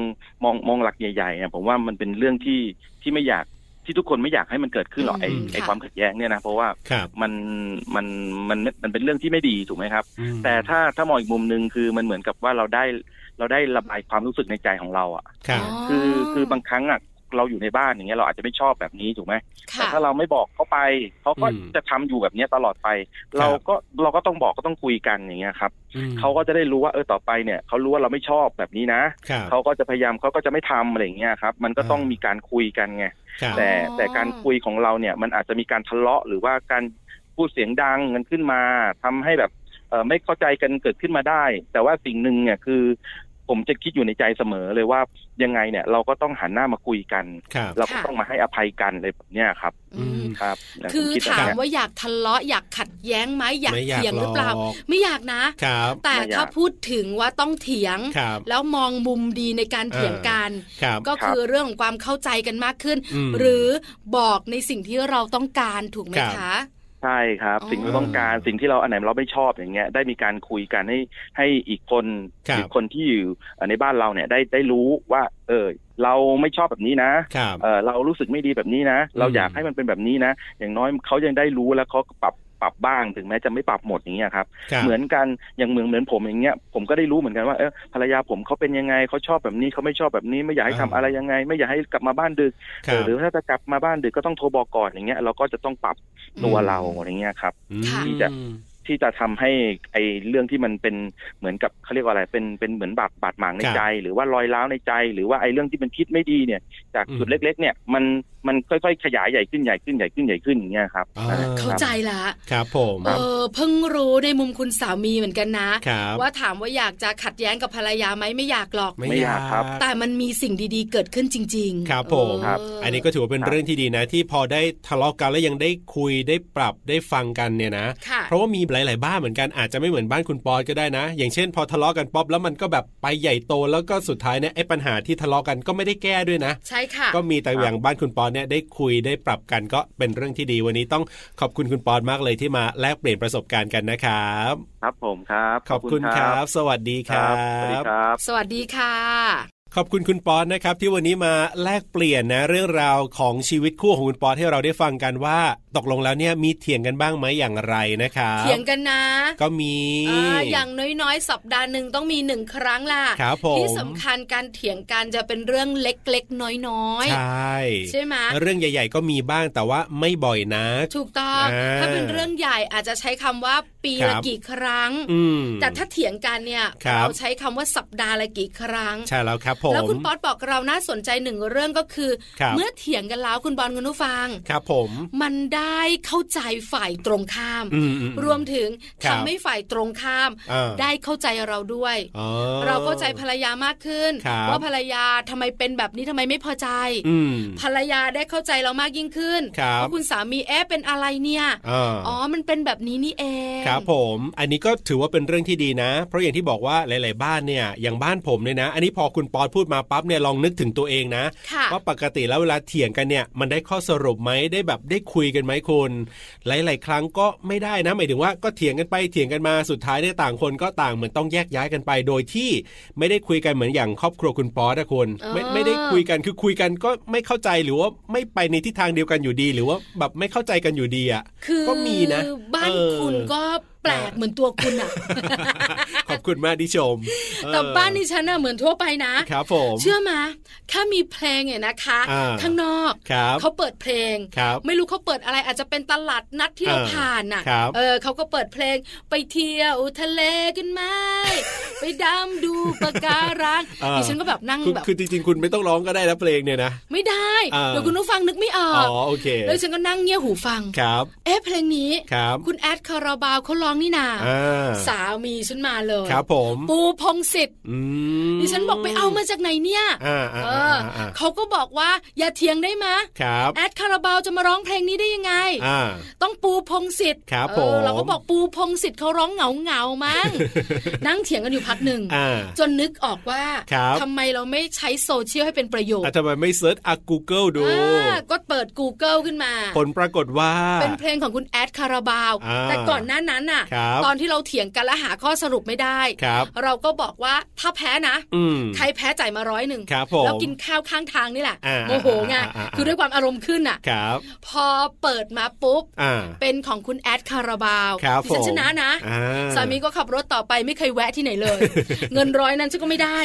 Speaker 5: มองมองหลักใหญ่ๆเนี่ยผมว่ามันเป็นเรื่องที่ที่ไม่อยากที่ทุกคนไม่อยากให้มันเกิดขึ้นหรอกไอ
Speaker 2: อืม
Speaker 5: ไอความขัดแย้งเนี่ยนะเพราะว่า
Speaker 2: ครับ
Speaker 5: มันมันมันมันเป็นเรื่องที่ไม่ดีถูกไหมครับ
Speaker 2: อืม
Speaker 5: แต่ถ้าถ้ามองอีกมุมหนึ่งคือมันเหมือนกับว่าเราได้เราได้ระบายความรู้สึกในใจของเราอะ่ะ
Speaker 2: ครับ
Speaker 5: คือคือบางครั้งอะ่ะเราอยู่ในบ้านอย่างเงี้ยเราอาจจะไม่ชอบแบบนี้ถูกไหมแต่
Speaker 1: ค่ะ
Speaker 5: ถ้าเราไม่บอกเขาไปเขาก็
Speaker 2: อืม
Speaker 5: จะทำอยู่แบบเนี้ยตลอดไป
Speaker 2: ครับ
Speaker 5: เราก็เราก็ต้องบอกก็ต้องคุยกันอย่างเงี้ยครับ
Speaker 2: อืม
Speaker 5: เขาก็จะได้รู้ว่าเออต่อไปเนี่ยเขารู้ว่าเราไม่ชอบแบบนี้นะครับ เขาก็จะพยายามเขาก็จะไม่ทำอะไรอย่างเงี้ยครับมันก็ต้อง
Speaker 2: อ่ามี
Speaker 5: มีการคุยกันไง
Speaker 2: ครับ
Speaker 5: แต่
Speaker 1: อ๋อ
Speaker 5: แต่การคุยของเราเนี่ยมันอาจจะมีการทะเลาะหรือว่าการพูดเสียงดังกันขึ้นมาทำให้แบบเออไม่เข้าใจกันเกิดขึ้นมาได้ แต่ว่าสิ่งหนึ่งเนี่ยคือ ผมจะคิดอยู่ในใจเสมอเลยว่ายังไงเนี่ยเราก็ต้องหันหน้ามาคุยกัน
Speaker 2: ครับ
Speaker 5: เราก็ต้องมาให้อภัยกันอะไรแบบเนี้ยครับ
Speaker 1: อืม
Speaker 5: ครับนะ
Speaker 1: คือ
Speaker 5: ผมด
Speaker 1: ถาม
Speaker 5: แบบเนี้ย
Speaker 1: ว่าอยากทะเลาะอยากขัดแย้งไหมอยาก
Speaker 2: ไม่อยาก
Speaker 1: เถียงหรือเปล่า
Speaker 2: หรอก
Speaker 1: ไม่อยากนะ
Speaker 2: ครับ
Speaker 1: แต่
Speaker 5: ไม่อยาก
Speaker 1: ถ้าพูดถึงว่าต้องเถียง
Speaker 2: ครับ
Speaker 1: แล้วมองมุมดีในการเถียงกัน
Speaker 2: ครับ
Speaker 1: ก็คือเรื่องของความเข้าใจกันมากขึ้น
Speaker 2: อืม
Speaker 1: หรือบอกในสิ่งที่เราต้องการถูกไหมคะ
Speaker 5: ใช่ครับ
Speaker 1: อ๋อ
Speaker 5: สิ่งที่ต้องการสิ่งที่เราอันไหนเราไม่ชอบอย่างเงี้ยได้มีการคุยกันให้ให้อีกคน
Speaker 2: ครับ
Speaker 5: หรือคนที่อยู่เอ่อในบ้านเราเนี่ยได้ได้รู้ว่า เออเราไม่ชอบแบบนี้นะครับ เออเรารู้สึกไม่ดีแบบนี้นะ เรา
Speaker 2: อืม
Speaker 5: อยากให้มันเป็นแบบนี้นะ อย่างน้อยเขายังได้รู้แล้วเขาก็ปรับปรับบ้างถึงแม้จะไม่ปรับหมดอย่างเงี้ยครับ
Speaker 2: ครับ
Speaker 5: เหมือนกันอย่างเหมือนเหมือนผมอย่างเงี้ยผมก็ได้รู้เหมือนกันว่าเออภรรยาผมเขาเป็นยังไงเขาชอบแบบนี้เขาไม่ชอบแบบนี้ไม่อยากให้ทำ
Speaker 2: อ่า
Speaker 5: อะไรยังไง ไม่อยากให้กลับมาบ้านดึก
Speaker 2: ครั
Speaker 5: เออบ หรือถ้าจะกลับมาบ้านดึกก็ต้องโทรบอกก่อนอย่างเงี้ยเราก็จะต้องปรับตัว
Speaker 2: อืม
Speaker 5: เราอย่างเงี้ยครับ
Speaker 1: ค่ะ
Speaker 2: อืม
Speaker 5: ที่จะ ที่จะทำให้ไอเรื่องที่มันเป็นเหมือนกับเขาเรียกว่าอะไรเป็นเป็นเหมือนบาดบาดหมางใน
Speaker 2: ครับ
Speaker 5: ใจ หรือว่ารอยร้าวในใจ หรือว่าไอเรื่องที่มันคิดไม่ดีเนี่ย จาก
Speaker 2: อืม
Speaker 5: จุดเล็ก ๆ เนี่ยมันมันค่อยๆขยายใหญ่ขึ้นใหญ่ขึ้นใหญ่ขึ้นใหญ่ขึ้นอย่างเงี้ยครับ
Speaker 2: อ่
Speaker 1: เข้าใจละ
Speaker 2: ครับผม
Speaker 1: เออเพิ่งรู้ในมุมคุณสามีเหมือนกันนะ
Speaker 2: ครับ
Speaker 1: ว่าถามว่าอยากจะขัดแย้งกับภรรยาไหมไม่อยากหรอก
Speaker 5: ไม่อยากครับ
Speaker 1: แต่มันมีสิ่งดีๆ เกิดขึ้นจริงๆ
Speaker 2: ครับผม
Speaker 1: เ
Speaker 5: ครับ
Speaker 2: อันนี้ก็ถือว่าเป็นเรื่องที่ดีนะ ที่พอได้ทะเลาะกันแล้วยังได้คุยได้ปรับได้ฟังกันเนี่ยนะ
Speaker 1: ค่ะ
Speaker 2: เพราะว่ามีหลาย ๆ บ้านเหมือนกันอาจจะไม่เหมือนบ้านคุณปอยก็ได้นะ อย่างเช่น พอทะเลาะกันป๊อบแล้วมันก็แบบไปใหญ่โตแล้วก็สุดท้ายเนี่ยไอ้ปัญหาที่ทะเลาะกันก็ไม่ได้แก้ด้วยนะ
Speaker 1: ใช่ค่ะ
Speaker 2: ก็มีแต่อย่างบ้านคุณปอนเนี่ยได้คุยได้ปรับกันก็เป็นเรื่องที่ดีวันนี้ต้องขอบคุณคุณปอนมากเลยที่มาแลกเปลี่ยนประสบการณ์กันนะครับ
Speaker 5: ครับ ผมครับ
Speaker 2: ขอบคุณครับ สวัสดีค
Speaker 5: ค
Speaker 2: รั
Speaker 5: รับ บสวัสดีครับ
Speaker 1: สวัสดีค่ะ
Speaker 2: ขอบคุณคุณปอนนะครับที่วันนี้มาแลกเปลี่ยนนะเรื่องราวของชีวิตคู่ของคุณปอนให้เราได้ฟังกันว่า ตกลงแล้วเนี่ยมีเถียงกันบ้างไหมอย่างไรนะครับ
Speaker 1: เถียงกันนะ
Speaker 2: ก็มี
Speaker 1: อ่าอย่างน้อยๆ สัปดาห์หนึ่งต้องมีหนึ่งครั้งล่ะ
Speaker 2: ครับผม
Speaker 1: ที่สำคัญการเถียงกันจะเป็นเรื่องเล็กๆ น้อย
Speaker 2: ใช่
Speaker 1: ๆ ใช่ไหม
Speaker 2: เรื่องใหญ่ ๆ ก็มีบ้างแต่ว่าไม่บ่อยนะ
Speaker 1: ถูกต้อง
Speaker 2: อ่า
Speaker 1: ถ้าเป็นเรื่องใหญ่อาจจะใช้คำว่าปี
Speaker 2: ครั
Speaker 1: ละ
Speaker 2: บ
Speaker 1: กี่ครั้ง
Speaker 2: อืม
Speaker 1: แต่ถ้าเถียงกันเนี่ย
Speaker 2: ครับ
Speaker 1: เราใช้คำว่าสัปดาห์ละกี่ครั้ง
Speaker 2: ใช่แล้วครับผม
Speaker 1: แล้วคุณป๊อตบอกเราน่าสนใจหนึ่งเรื่องก็คือ
Speaker 2: ครับ
Speaker 1: เมื่อเถียงกันแล้วคุณบอลคุณนุฟัง
Speaker 2: ครับผม
Speaker 1: มันได้เข้าใจฝ่ายตรงข้าม
Speaker 2: อือื
Speaker 1: รวมถึง
Speaker 2: ครับ
Speaker 1: ทำให้ฝ่ายตรงข้าม
Speaker 2: อ่า
Speaker 1: ได้เข้าใจเราด้วย
Speaker 2: อ๋อ
Speaker 1: เราเข้าใจภรรยามากขึ้น
Speaker 2: ครับ
Speaker 1: ว่าภรรยาทำไมเป็นแบบนี้ทำไมไม่พอใจ
Speaker 2: อืม
Speaker 1: ภรรยาได้เข้าใจเรามากยิ่งขึ้น
Speaker 2: ครับ
Speaker 1: ว่าคุณสามีแอบเป็นอะไรเนี่ย
Speaker 2: อ่า
Speaker 1: อ๋อมันเป็นแบบนี้นี่เอง
Speaker 2: ครับผม อันนี้ก็ถือว่าเป็นเรื่องที่ดีนะ เพราะอย่างที่บอกว่าหลาย ๆ บ้านเนี่ยอย่างบ้านผมเนี่ยนะ อันนี้พอคุณปอนพูดมาปั๊บเนี่ยลองนึกถึงตัวเองนะ
Speaker 1: ค่ะ
Speaker 2: ว่าปกติแล้วเวลาเถียงกันเนี่ย มันได้ข้อสรุปไหมได้แบบได้คุยกันไหมคุณหลาย ๆ ครั้งก็ไม่ได้นะหมายถึงว่าก็เถียงกันไปเถียงกันมาสุดท้ายเนี่ยต่างคนก็ต่างเหมือนต้องแยกย้ายกันไป โดยที่ไม่ได้คุยกันเหมือนอย่างครอบครัวคุณปอนะคุณไม่ไม่ได้คุยกันคือคุยกันก็ไม่เข้าใจหรือว่าไม่ไปในทิศทางเดียวกันอยู่ดี หรือว่าแบบไม่เข้าใจกันอยู่ดีอะ
Speaker 1: คือ
Speaker 2: ก็มีนะ
Speaker 1: บ้าน
Speaker 2: เออ
Speaker 1: คุณก็ แปลกเหมือนตัวคุณ
Speaker 2: <laughs>
Speaker 1: อะ
Speaker 2: <laughs> ขอบคุณมากที่ชม
Speaker 1: แต่บ้าน
Speaker 2: เออ
Speaker 1: ดิฉันน่ะเหมือนทั่วไปนะ
Speaker 2: ครับผม
Speaker 1: เชื่อมาแค่มีเพลงเนี่ยนะคะ
Speaker 2: อ่า
Speaker 1: ข้างนอก
Speaker 2: ครับ
Speaker 1: เขาเปิดเพลง
Speaker 2: ครับ
Speaker 1: ไม่รู้เขาเปิดอะไรอาจจะเป็นตลาดนัดที่เรา
Speaker 2: เออ
Speaker 1: ผ่านน่ะ
Speaker 2: ครับ
Speaker 1: เออเขาก็เปิดเพลงไปเที่ยวทะเลกันไหม ไปดำดูปะการัง
Speaker 2: เออ
Speaker 1: ดิฉันก็แบบนั่ง
Speaker 2: คือ
Speaker 1: แบบ
Speaker 2: คือจริงๆ คุณไม่ต้องร้องก็ได้นะเพลงเนี่ยนะ
Speaker 1: ไม่ได้
Speaker 2: เออ
Speaker 1: เดี๋ยวคุณผู้ฟังนึกไม่ออ
Speaker 2: อ๋
Speaker 1: ก
Speaker 2: อโอเค
Speaker 1: แล้วดิฉันก็นั่งเงี่ยหูฟัง
Speaker 2: ครับ
Speaker 1: เอ๊ะเพลงนี้
Speaker 2: ครับ
Speaker 1: คุณแอดคาราบาวเขาร้องนี่นา
Speaker 2: อ่า
Speaker 1: สามีฉันมาเลย
Speaker 2: ครับผม
Speaker 1: ปูพงศิษฐ์
Speaker 2: อืม
Speaker 1: ดิฉันบอกไปเอามาจากไหนเนี่ย
Speaker 2: อ่าอ่า
Speaker 1: เอ
Speaker 2: อ่า
Speaker 1: อ
Speaker 2: อ่า
Speaker 1: เขาก็บอกว่าอย่าเถียงได้มะ
Speaker 2: ครับ
Speaker 1: แอดคาราบาวจะมาร้องเพลงนี้ได้ยังไง
Speaker 2: อ่า
Speaker 1: ต้องปูพงศิษฐ์
Speaker 2: ครับ
Speaker 1: เอ
Speaker 2: ผ
Speaker 1: อ
Speaker 2: ม
Speaker 1: เราก็บอกปูพงศิษฐ์เขาร้องเหงาเหงาๆ
Speaker 2: <laughs>
Speaker 1: มั้ง นั่งเถียงกันอยู่พักหนึ่ง
Speaker 2: อ่า
Speaker 1: จนนึกออกว่า
Speaker 2: ครับ
Speaker 1: ทำไมเราไม่ใช้โซเชียลให้เป็นประโยช
Speaker 2: แต่
Speaker 1: น์
Speaker 2: ทำไมไม่เซิร์ชอ่ะ Google ดู
Speaker 1: อ่าก็เปิด Google ขึ้นมา
Speaker 2: ผลปรากฏว่า
Speaker 1: เป็นเพลงของคุณแอดคาราบาว
Speaker 2: อ่า
Speaker 1: แต่ก่อนหน้านั้นน่ะ
Speaker 2: ครับ
Speaker 1: ตอนที่เราเถียงกันและหาข้อสรุปไม่ได้
Speaker 2: ครับ
Speaker 1: เราก็บอกว่าถ้าแพ้นะ
Speaker 2: อืม
Speaker 1: ใครแพ้จ่ายมาร้อยหนึ่ง
Speaker 2: ครับผม
Speaker 1: แล้วกินข้าวข้างทางนี่แหละ
Speaker 2: อ่า
Speaker 1: โมโหไง
Speaker 2: อ่าอ่าอ่า
Speaker 1: คือด้วยความอารมณ์ขึ้นน่ะ
Speaker 2: ครับ
Speaker 1: พอเปิดมาปุ๊บ
Speaker 2: อ่า
Speaker 1: เป็นของคุณแอดคาราบาว
Speaker 2: ครับ
Speaker 1: ดิ
Speaker 2: ผ
Speaker 1: ฉั
Speaker 2: ม
Speaker 1: ชนะนะ
Speaker 2: อ่า
Speaker 1: สามีก็ขับรถต่อไปไม่เคยแวะที่ไหน
Speaker 2: <laughs>
Speaker 1: เลย เงินร้อยนั้นฉันก็ไม่ได้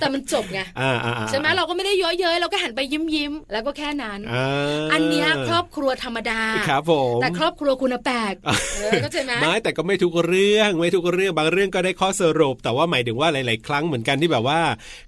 Speaker 1: แต่มันจบไง
Speaker 2: อ่าอ่าอ่า
Speaker 1: ใช่ไหมเราก็ไม่ได้เยอะเย้ยเราก็หันไปยิ้มยิ้มๆแล้วก็แค่นั้น
Speaker 2: อ่า
Speaker 1: อันเนี้ยครอบครัวธรรมดา
Speaker 2: ครับผม
Speaker 1: แต่ครอบครัวคุณน่ะแปล
Speaker 2: <laughs>
Speaker 1: กเออเข้าใจไหม
Speaker 2: ไม่แต่ก็ไม่ทุกเรื่องไม่ทุกเรื่องบางเรื่องก็ได้ข้อสรุป แต่ว่าหมายถึงว่าหลาย ๆ ครั้งเหมือนกันที่แบบว่า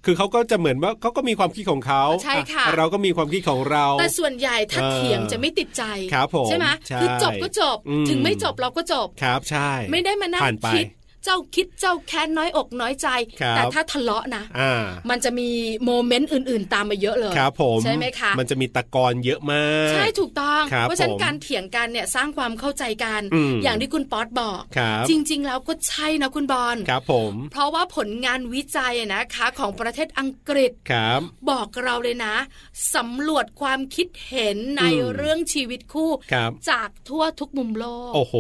Speaker 2: คือเขาก็จะเหมือนว่าเขาก็มีความคิดของเขา
Speaker 1: ใช่ค่ะ
Speaker 2: อ่เราก็มีความคิดของเรา
Speaker 1: แต่ส่วนใหญ่ถ้า
Speaker 2: เออ
Speaker 1: เถียงจะไม่ติดใจ
Speaker 2: ครับผม
Speaker 1: ใช่ไหม
Speaker 2: ใช่
Speaker 1: คือจบก็จบ
Speaker 2: อืม
Speaker 1: ถึงไม่จบเราก็จบ
Speaker 2: ครับใช่
Speaker 1: ไม่ได้มานั่
Speaker 2: ผ่
Speaker 1: ง
Speaker 2: นไป
Speaker 1: คิด เจ้าคิดเจ้าแค้นน้อยอกน้อยใจ
Speaker 2: ครับ
Speaker 1: แต่ถ้าทะเลาะนะ
Speaker 2: อ่า
Speaker 1: มันจะมีโมเมนต์อื่น ๆ ตามมาเยอะเลย
Speaker 2: ครับผม
Speaker 1: ใช่ไหมคะ
Speaker 2: มันจะมีตะกอนเยอะมาก
Speaker 1: ใช่ถูกต้อง
Speaker 2: ครับ
Speaker 1: เพราะฉะนั้น
Speaker 2: ผม
Speaker 1: การเถียงกันเนี่ยสร้างความเข้าใจกัน
Speaker 2: อืม
Speaker 1: อย่างที่คุณป๊อตบอก
Speaker 2: ครับ
Speaker 1: จริง ๆ แล้วก็ใช่นะคุณบอล
Speaker 2: ครับผม
Speaker 1: เพราะว่าผลงานวิจัยอะนะคะของประเทศอังกฤษ
Speaker 2: ครับ
Speaker 1: บอกเราเลยนะสำรวจความคิดเห็นใน
Speaker 2: อืม
Speaker 1: เรื่องชีวิตคู่
Speaker 2: ครับ
Speaker 1: จากทั่วทุกมุมโลก
Speaker 2: โอ้โห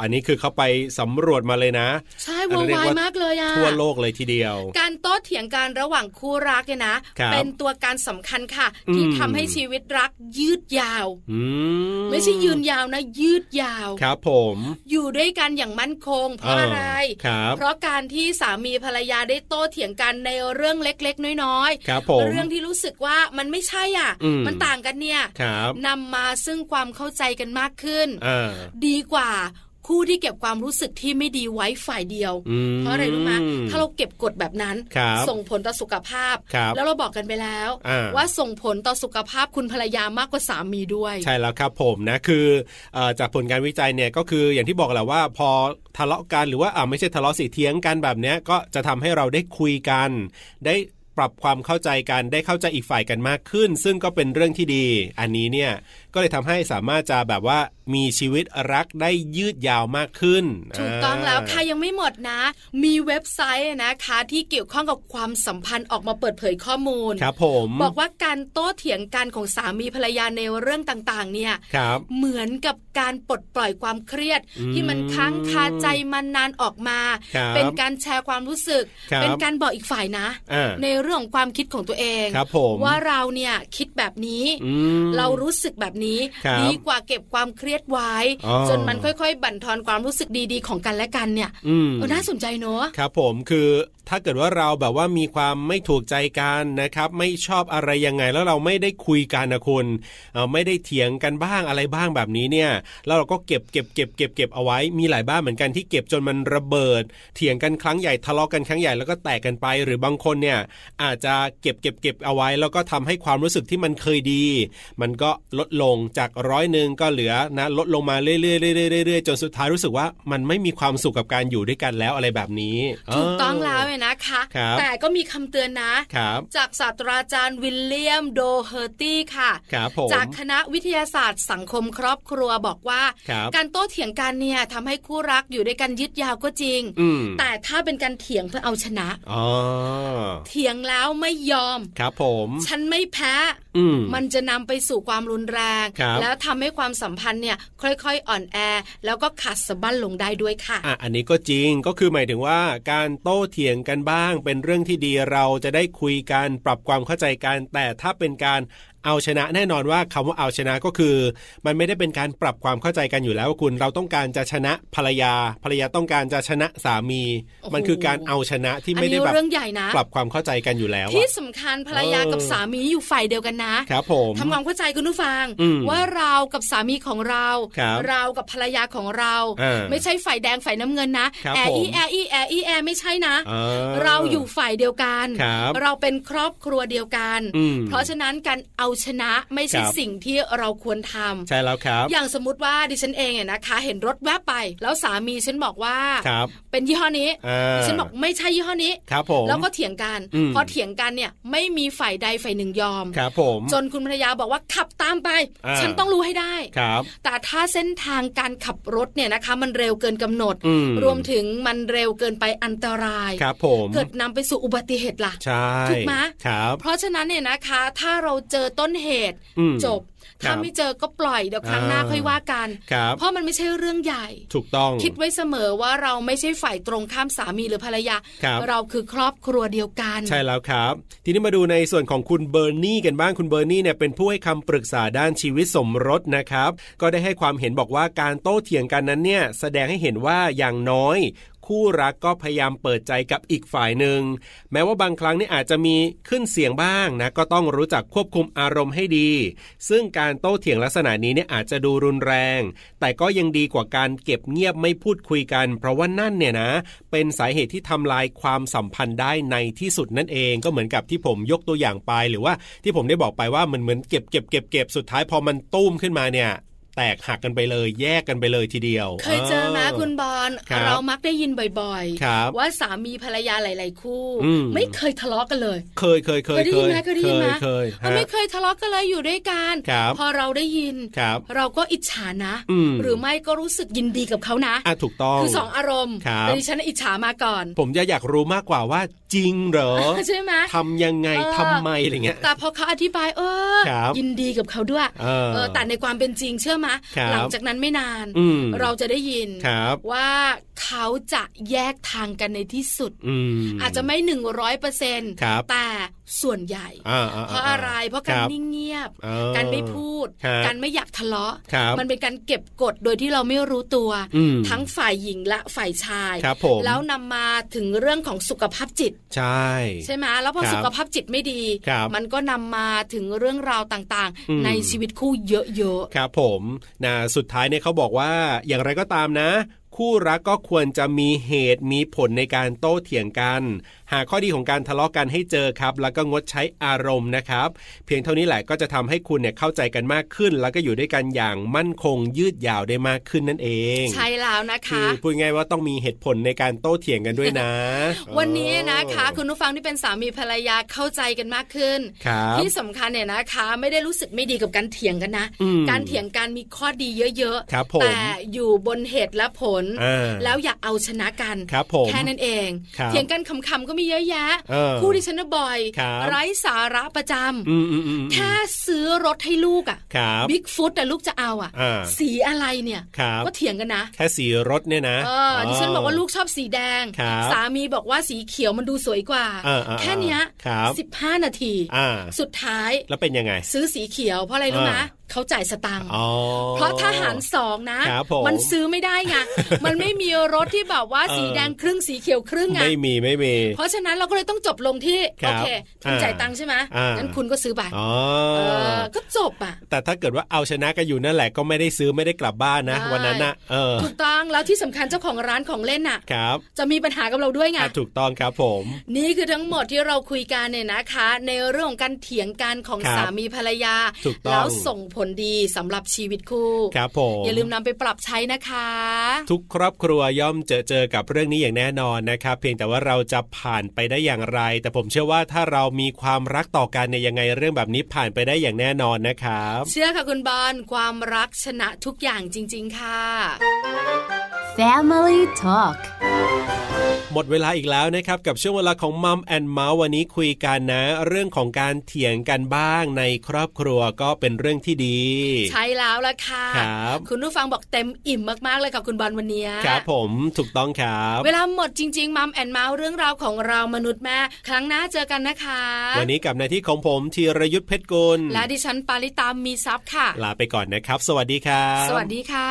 Speaker 2: อันนี้คือเขาไปสำรวจมาเลยนะ
Speaker 1: ใช่
Speaker 2: อัน
Speaker 1: ว
Speaker 2: นั้
Speaker 1: อน
Speaker 2: เรียก
Speaker 1: วาย
Speaker 2: ว่า
Speaker 1: มากเลยอะ
Speaker 2: ทั่วโลกเลยทีเดียว
Speaker 1: การโต้เถียงกันระหว่างคู่รักเนี่ยนะ
Speaker 2: ครับ
Speaker 1: เป็นตัวการสำคัญค่ะ ที่
Speaker 2: อืม
Speaker 1: ทำให้ชีวิตรักยืดยาว
Speaker 2: อืม
Speaker 1: ไม่ใช่ยืนยาวนะ ยืดยาว
Speaker 2: ครับผม
Speaker 1: อยู่ด้วยกันอย่างมั่นคง เพราะ
Speaker 2: า
Speaker 1: อะไร
Speaker 2: ครับ
Speaker 1: เพราะการที่สามีภรรยาได้โต้เถียงกันในเรื่องเล็กๆ น้อย
Speaker 2: ครับผม
Speaker 1: ๆเรื่องที่รู้สึกว่ามันไม่ใช่อ่ะ
Speaker 2: อืม
Speaker 1: นต่างกันเนี่ย
Speaker 2: ครับ
Speaker 1: นำมาซึ่งความเข้าใจกันมากขึ้น
Speaker 2: อ่า
Speaker 1: ดีกว่าคู่ที่เก็บความรู้สึกที่ไม่ดีไว้ฝ่ายเดียว
Speaker 2: อืม
Speaker 1: เพราะอะไรรู้ไหมยถ้าเราเก็บกดแบบนั้น
Speaker 2: ครับ
Speaker 1: ส่งผลต่อสุขภาพ
Speaker 2: ครับ
Speaker 1: แล้วเราบอกกันไปแล้ว
Speaker 2: อ่า
Speaker 1: ว่าส่งผลต่อสุขภาพคุณภรรยามากกว่าสามีด้วย
Speaker 2: ใช่แล้วครับผมนะคือเอ่อจากผลการวิจัยเนี่ยก็คืออย่างที่บอกแหละว่าพอทะเลาะกันหรือว่าอ่าไม่ใช่ทะเลาะสิเถียงกันแบบเนี้ยก็จะทำให้เราได้คุยกัน ได้ปรับความเข้าใจกันได้เข้าใจอีกฝ่ายกันมากขึ้น ซึ่งก็เป็นเรื่องที่ดี อันนี้เนี่ยก็เลยทำให้สามารถจะแบบว่ามีชีวิตรักได้ยืดยาวมากขึ้น
Speaker 1: ถูกต้องแล้วค่ะ
Speaker 2: า
Speaker 1: ยังไม่หมดนะ มีเว็บไซต์นะคะที่เกี่ยวข้องกับความสัมพันธ์ออกมาเปิดเผยข้อมูล
Speaker 2: ครับผม
Speaker 1: บอกว่าการโต้เถียงกันของสามีภรรยาในเรื่องต่างๆ เนี่ย
Speaker 2: ครับ
Speaker 1: เหมือนกับการปลดปล่อยความเครียด
Speaker 2: อืม
Speaker 1: ที่มันค้างคาใจมานานออกมา
Speaker 2: ครับ
Speaker 1: เป็นการแชร์ความรู้สึก
Speaker 2: ครับ
Speaker 1: เป็นการบอกอีกฝ่ายนะ
Speaker 2: อ่า
Speaker 1: ในเรื่องของความคิดของตัวเอง
Speaker 2: ครับผม
Speaker 1: ว่าเราเนี่ยคิดแบบนี้
Speaker 2: อืม
Speaker 1: เรารู้สึกแบบนี้
Speaker 2: ครับ
Speaker 1: ดีกว่าเก็บความเครียดไว้
Speaker 2: อ๋อ
Speaker 1: จนมันค่อยๆ บั่นทอนความรู้สึกดีๆ ของกันและกันเนี่ย
Speaker 2: อืม
Speaker 1: เออน่าสนใจเนอะ
Speaker 2: ครับผมคือถ้าเกิดว่าเราแบบว่ามีความไม่ถูกใจกันนะครับ ไม่ชอบอะไรยังไงแล้วเราไม่ได้คุยกันนะคุณเอ่อไม่ได้เถียงกันบ้างอะไรบ้างแบบนี้เนี่ยแล้วเราก็เก็บเก็บเก็บเก็บเก็บเอาไว้ มีหลายบ้านเหมือนกันที่เก็บจนมันระเบิด เถียงกันครั้งใหญ่ทะเลาะกันครั้งใหญ่แล้วก็แตกกันไป หรือบางคนเนี่ยอาจจะเก็บเก็บเก็บเอาไว้ แล้วก็ทำให้ความรู้สึกที่มันเคยดี มันก็ลดลงจากร้อยหนึ่งก็เหลือนะลดลงมาเรื่อยๆเรื่อยๆเรื่อยๆจนสุดท้ายรู้สึกว่ามันไม่มีความสุขกับการอยู่ด้วยกันแล้วอะไรแบบนี้
Speaker 1: ถูกต้องแล้วเนี่ยนะคะ
Speaker 2: ครับ
Speaker 1: แต่ก็มีคำเตือนนะ
Speaker 2: ครับ
Speaker 1: จากศาสตราจารย์วิลเลียมโดเฮอร์ตี้ค่ะ
Speaker 2: ครับผม
Speaker 1: จากคณะวิทยาศาสตร์สังคมครอบครัวบอกว่า
Speaker 2: ครับ
Speaker 1: การโต้เถียงกันเนี่ยทำให้คู่รักอยู่ด้วยกันยืดยาวก็จริง
Speaker 2: อืม
Speaker 1: แต่ถ้าเป็นการเถียงเพื่อเอาชนะ
Speaker 2: อ๋อ
Speaker 1: เถียงแล้วไม่ยอม
Speaker 2: ครับผม
Speaker 1: ฉันไม่แพ้
Speaker 2: อืม
Speaker 1: มันจะนำไปสู่ความรุนแรง
Speaker 2: ครับ
Speaker 1: แล้วทำให้ความสัมพันธ์เนี่ยค่อยๆ อ่อนแอ แล้วก็ขาดสะบั้นลงได้ด้วยค่ะ
Speaker 2: อ่ะอันนี้ก็จริงก็คือหมายถึงว่าการโต้เถียงกันบ้าง เป็นเรื่องที่ดีเราจะได้คุยกันปรับความเข้าใจกันแต่ถ้าเป็นการ เอาชนะแน่นอนว่าคำว่าเอาชนะก็คือ มันไม่ได้เป็นการปรับความเข้าใจกันอยู่แล้วว่าคุณเราต้องการจะชนะภรรยา ภรรยาต้องการจะชนะสามี
Speaker 1: โอ้โห
Speaker 2: มันคือการเอาชนะที่
Speaker 1: อัน
Speaker 2: ไม่ได้
Speaker 1: นี้
Speaker 2: แบบ
Speaker 1: เรื่องใหญ่นะ
Speaker 2: ปรับความเข้าใจกันอยู่แล้ว
Speaker 1: ที่
Speaker 2: อะ
Speaker 1: สำคัญภรรยา
Speaker 2: เออ
Speaker 1: กับสามีอยู่ฝ่ายเดียวกันนะครับ
Speaker 2: ผม
Speaker 1: ทำความเข้าใจคุณผู้ฟัง
Speaker 2: อืม
Speaker 1: ว่าเรากับสามีของเรา
Speaker 2: ครับ
Speaker 1: เรากับภรรยาของเรา
Speaker 2: เออ
Speaker 1: ไม่ใช่ฝ่ายแดงฝ่ายน้ำเงินนะครับ แอร์
Speaker 2: ผม
Speaker 1: อีแอร์อีแอร์อีแอร์ไม่ใช่นะ
Speaker 2: อ่
Speaker 1: เราอยู่ฝ่ายเดียวกัน
Speaker 2: ครับ
Speaker 1: เราเป็นครอบครัวเดียวกัน
Speaker 2: อืม
Speaker 1: เพราะฉะนั้นการเอาชนะไม่ใช่
Speaker 2: ครับ
Speaker 1: สิ่งที่เราควรทำ
Speaker 2: ใช่แล้วครับ
Speaker 1: อย่างสมมติว่าดิฉันเองเนี่ยนะคะ เห็นรถแวบไป แล้วสามีฉันบอกว่า
Speaker 2: ครับ
Speaker 1: เป็นยี่ห้อนี้
Speaker 2: อ่า
Speaker 1: ดิฉันบอกไม่ใช่ยี่ห้อนี้
Speaker 2: ครับผม
Speaker 1: แล้วก็เถียงกัน
Speaker 2: อืม
Speaker 1: พอเถียงกันเนี่ยไม่มีฝ่ายใดฝ่ายหนึ่งยอม
Speaker 2: ครับผม
Speaker 1: จนคุณภรรยาบอกว่าขับตามไป
Speaker 2: อ่า
Speaker 1: ฉันต้องรู้ให้ได้
Speaker 2: ครับ
Speaker 1: แต่ถ้าเส้นทางการขับรถเนี่ยนะคะ มันเร็วเกินกำหนด
Speaker 2: อืม
Speaker 1: รวมถึงมันเร็วเกินไปอันตราย
Speaker 2: ครับผม
Speaker 1: เกิดนำไปสู่อุบัติเหตุล่ะ
Speaker 2: ใช่
Speaker 1: ถูกไหม
Speaker 2: ครับ
Speaker 1: เพราะฉะนั้นเนี่ยนะคะ ถ้าเราเจอต้นเหตุ
Speaker 2: อืม
Speaker 1: จบ
Speaker 2: ครั
Speaker 1: ถ้า
Speaker 2: บ
Speaker 1: ไม่เจอก็ปล่อยเดี๋ยวครั้งหน้า
Speaker 2: อ่า
Speaker 1: ค่อยว่ากัน
Speaker 2: ครับ
Speaker 1: เพราะมันไม่ใช่เรื่องใหญ่
Speaker 2: ถูกต้อง
Speaker 1: คิดไว้เสมอว่าเราไม่ใช่ฝ่ายตรงข้ามสามีหรือภรรยา
Speaker 2: ครับ
Speaker 1: เราคือครอบครัวเดียวกัน
Speaker 2: ใช่แล้วครับ ทีนี้มาดูในส่วนของคุณเบอร์นี่กันบ้างคุณเบอร์นี่เนี่ยเป็นผู้ให้คำปรึกษาด้านชีวิตสมรสนะครับ ก็ได้ให้ความเห็นบอกว่าการโต้เถียงกันนั้นเนี่ยแสดงให้เห็นว่าอย่างน้อย คู่รักก็พยายามเปิดใจกับอีกฝ่ายหนึ่ง แม้ว่าบางครั้งเนี่ยอาจจะมีขึ้นเสียงบ้างนะก็ต้องรู้จักควบคุมอารมณ์ให้ดี ซึ่งการโต้เถียงลักษณะนี้เนี่ยอาจจะดูรุนแรง แต่ก็ยังดีกว่าการเก็บเงียบไม่พูดคุยกัน เพราะว่านั่นเนี่ยนะ เป็นสาเหตุที่ทำลายความสัมพันธ์ได้ในที่สุดนั่นเองก็เหมือนกับที่ผมยกตัวอย่างไปหรือว่าที่ผมได้บอกไปว่ามันเหมือนเก็บเก็บเก็บเก็บสุดท้ายพอมันตุ้มขึ้นมาเนี่ย แตกหักกันไปเลยแยกกันไปเลยทีเดียว
Speaker 1: เคยเจอไหมคุณบอล
Speaker 2: ครับ
Speaker 1: เรามักได้ยินบ่อย
Speaker 2: ครับ
Speaker 1: ว่าสามีภรรยาหลาย ๆ คู่
Speaker 2: อืม
Speaker 1: ไม่เคยทะเลาะกันเลย
Speaker 2: เคยเคยเคย
Speaker 1: เคยได้ยินไหมเคยได้ยินไหม
Speaker 2: เคย
Speaker 1: มัน
Speaker 2: ฮะ
Speaker 1: ไม่เคยทะเลาะกันเลยอยู่ด้วยกัน
Speaker 2: ครับ
Speaker 1: พอเราได้ยิน
Speaker 2: ครับ
Speaker 1: เราก็อิจฉานะ
Speaker 2: อืม
Speaker 1: หรือไม่ก็รู้สึกยินดีกับเขานะ
Speaker 2: อ่ะถูกต้อง
Speaker 1: คือสองอารมณ์
Speaker 2: ครับ
Speaker 1: แต่ดิฉันอิจฉามาก่อน
Speaker 2: ผมจะอยากรู้มากกว่าว่าจริงเหร
Speaker 1: <laughs>
Speaker 2: อ
Speaker 1: ใช่ไหม
Speaker 2: ทำยังไง
Speaker 1: เออ
Speaker 2: ทำไมอะไรเงี้ย
Speaker 1: แต่พอเขาอธิบายเออ
Speaker 2: ครับ
Speaker 1: ยินดีกับเขาด้วย
Speaker 2: เออ
Speaker 1: เออแต่ในความเป็นจริงเชื่อมะ
Speaker 2: ครับ
Speaker 1: หลัจากนั้นไม่นาน
Speaker 2: อืม
Speaker 1: เราจะได้ยิน
Speaker 2: ครับ
Speaker 1: ว่าเขาจะแยกทางกันในที่สุด
Speaker 2: อืม
Speaker 1: อาจจะไม่หนึ่งร้อยเปอร์เซ็นต์
Speaker 2: ครับ
Speaker 1: แต่ส่วนใหญ่
Speaker 2: อ่าๆๆ
Speaker 1: เพราะอะไรเพราะการนิ่งเงียบ
Speaker 2: เออ
Speaker 1: การไม่พูด
Speaker 2: ครับ
Speaker 1: การไม่อยากทะเลาะ
Speaker 2: ครับ
Speaker 1: มันเป็นการเก็บกดโดยที่เราไม่รู้ตัว
Speaker 2: อืม
Speaker 1: ทั้งฝ่ายหญิงและฝ่ายชาย
Speaker 2: ครับผม
Speaker 1: แล้วนำมาถึงเรื่องของสุขภาพจิต
Speaker 2: ใช่
Speaker 1: ใช่ไหมแล้วพอ
Speaker 2: ครับ
Speaker 1: สุขภาพจิตไม่ดี
Speaker 2: ครับ
Speaker 1: มันก็นำมาถึงเรื่องราวต่าง
Speaker 2: อืม
Speaker 1: ๆ ในชีวิตคู่เยอะ
Speaker 2: ครับผมนะสุดท้ายเนี่ยเขาบอกว่าอย่างไรก็ตามนะ คู่รักก็ควรจะมีเหตุมีผลในการโต้เถียงกัน หาข้อดีของการทะเลาะกันให้เจอครับ แล้วก็งดใช้อารมณ์นะครับ เพียงเท่านี้แหละก็จะทำให้คุณเนี่ยเข้าใจกันมากขึ้น แล้วก็อยู่ด้วยกันอย่างมั่นคงยืดยาวได้มากขึ้นนั่นเอง
Speaker 1: ๆ ใช่แล้วนะ
Speaker 2: คื
Speaker 1: คะ
Speaker 2: อพูดง่ายว่าต้องมีเหตุผลในการโต้เถียงกันด้วยนะ
Speaker 1: <laughs> วันนี้นะคะ คุณผู้ฟังที่เป็นสามีภรรยาเข้าใจกันมากขึ้น
Speaker 2: ครับ
Speaker 1: ที่สำคัญเนี่ยนะคะ ไม่ได้รู้สึกไม่ดีกับการเถียงกันนะ
Speaker 2: อืม
Speaker 1: การเถียงกันมีข้อดีเยอะ
Speaker 2: ครับผม
Speaker 1: ๆ แต่อยู่บนเหตุและผล
Speaker 2: อ่า
Speaker 1: แล้วอย่าเอาชนะกัน
Speaker 2: ครับผม
Speaker 1: แค่นั้นเอง
Speaker 2: ครับ
Speaker 1: เถียงกันคำๆก็มีเยอะแยะ
Speaker 2: เออ
Speaker 1: คู่ดิฉันนะบ่อย
Speaker 2: ครับ
Speaker 1: ไร้สาระประจ
Speaker 2: อืมอืมอืม
Speaker 1: ำแค่ซื้อรถให้ลูกอ่ะ
Speaker 2: ครับ
Speaker 1: บิ๊กฟุตแต่ลูกจะเอาอ่ะ
Speaker 2: อ่า
Speaker 1: สีอะไรเนี่ย
Speaker 2: ครับ
Speaker 1: ก็เถียงกันนะ
Speaker 2: แค่สีรถเนี่ยนะ
Speaker 1: เออดิฉันบอกว่าลูกชอบสีแดง
Speaker 2: ครับ
Speaker 1: สามีบอกว่าสีเขียวมันดูสวยกว่า
Speaker 2: เออเออเออ
Speaker 1: แค่เนี้ย
Speaker 2: ครับ
Speaker 1: สิบห้านาที
Speaker 2: อ่า
Speaker 1: สุดท้าย
Speaker 2: แล้วเป็นยังไง
Speaker 1: ซื้อสีเขียวเพราะอะไรรู้ไหม
Speaker 2: อ่า
Speaker 1: เขาจ่ายสตังค์
Speaker 2: อ๋อ
Speaker 1: เพราะถ้าหารสองนะ
Speaker 2: ครับผม
Speaker 1: มันซื้อไม่ได้
Speaker 2: <laughs>
Speaker 1: ไง มันไม่มีรถที่แบบว่าสีแดงครึ่งสีเขียวครึ่งไง
Speaker 2: ไม่มีไม่มี
Speaker 1: เพราะฉะนั้นเราก็เลยต้องจบลงที่
Speaker 2: ครั
Speaker 1: โอบ เคคุณ
Speaker 2: อ่า
Speaker 1: จ่ายตังค์ใช่ไหม
Speaker 2: อ่างั้
Speaker 1: งั้นคุณก็ซื้อไป
Speaker 2: อ๋อ
Speaker 1: เออก็จบอ่ะ
Speaker 2: แต่ถ้าเกิดว่าเอาชนะกันอยู่นั่นแหละก็ไม่ได้ซื้อไม่ได้กลับบ้านนะ
Speaker 1: ใช่
Speaker 2: วันนั้นนะเออ
Speaker 1: ถูกต้องแล้วที่สำคัญเจ้าของร้านของเล่นอ่ะ
Speaker 2: ครับ
Speaker 1: จะมีปัญหากับเราด้วยไง
Speaker 2: อ่ะถูกต้องครับผม
Speaker 1: นี่คือทั้งหมดที่เราคุยกันเนี่ยนะคะ ในเรื่องของการเถียงกันของ
Speaker 2: ครับ
Speaker 1: สามีภรรยา
Speaker 2: ถูกต้อง
Speaker 1: แล้วส่งผลดีสำหรับชีวิตคู่
Speaker 2: ครับผม
Speaker 1: อย่าลืมนำไปปรับใช้นะคะ
Speaker 2: ทุกครอบครัวย่อมเจอเจอกับเรื่องนี้อย่างแน่นอนนะครับ เพียงแต่ว่าเราจะผ่านไปได้อย่างไร แต่ผมเชื่อว่าถ้าเรามีความรักต่อกันในยยังไงเรื่องแบบนี้ผ่านไปได้อย่างแน่นอนนะครับ
Speaker 1: เชื่อค่ะคุณบอลความรักชนะทุกอย่างจริง ๆ ค่ะ
Speaker 4: Family Talk
Speaker 2: หมดเวลาอีกแล้วนะครับกับช่วงเวลาของมัมแอนเมาส์วันนี้คุยกันนะ เรื่องของการเถียงกันบ้างในครอบครัวก็เป็นเรื่องที่ดี
Speaker 1: ใช่แล้วล่ะค่ะ
Speaker 2: ครับ
Speaker 1: คุณผู้ฟังบอกเต็มอิ่มมากๆเลยค่ะคุณบอลวันเนี้ย
Speaker 2: ครับผมถูกต้องครับ
Speaker 1: เวลาหมดจริง ๆมัมแอนเมาส์เรื่องราวของเรามนุษย์แม่ ครั้งหน้าเจอกันนะคะ
Speaker 2: วันนี้กับหน้าที่ของผมธีรยุทธเพชรกุล
Speaker 1: และดิฉันปาริตามมีซัพย์ค่ะ
Speaker 2: ลาไปก่อนนะครับ สวัสดีครับ
Speaker 1: สวัสดีค่ะ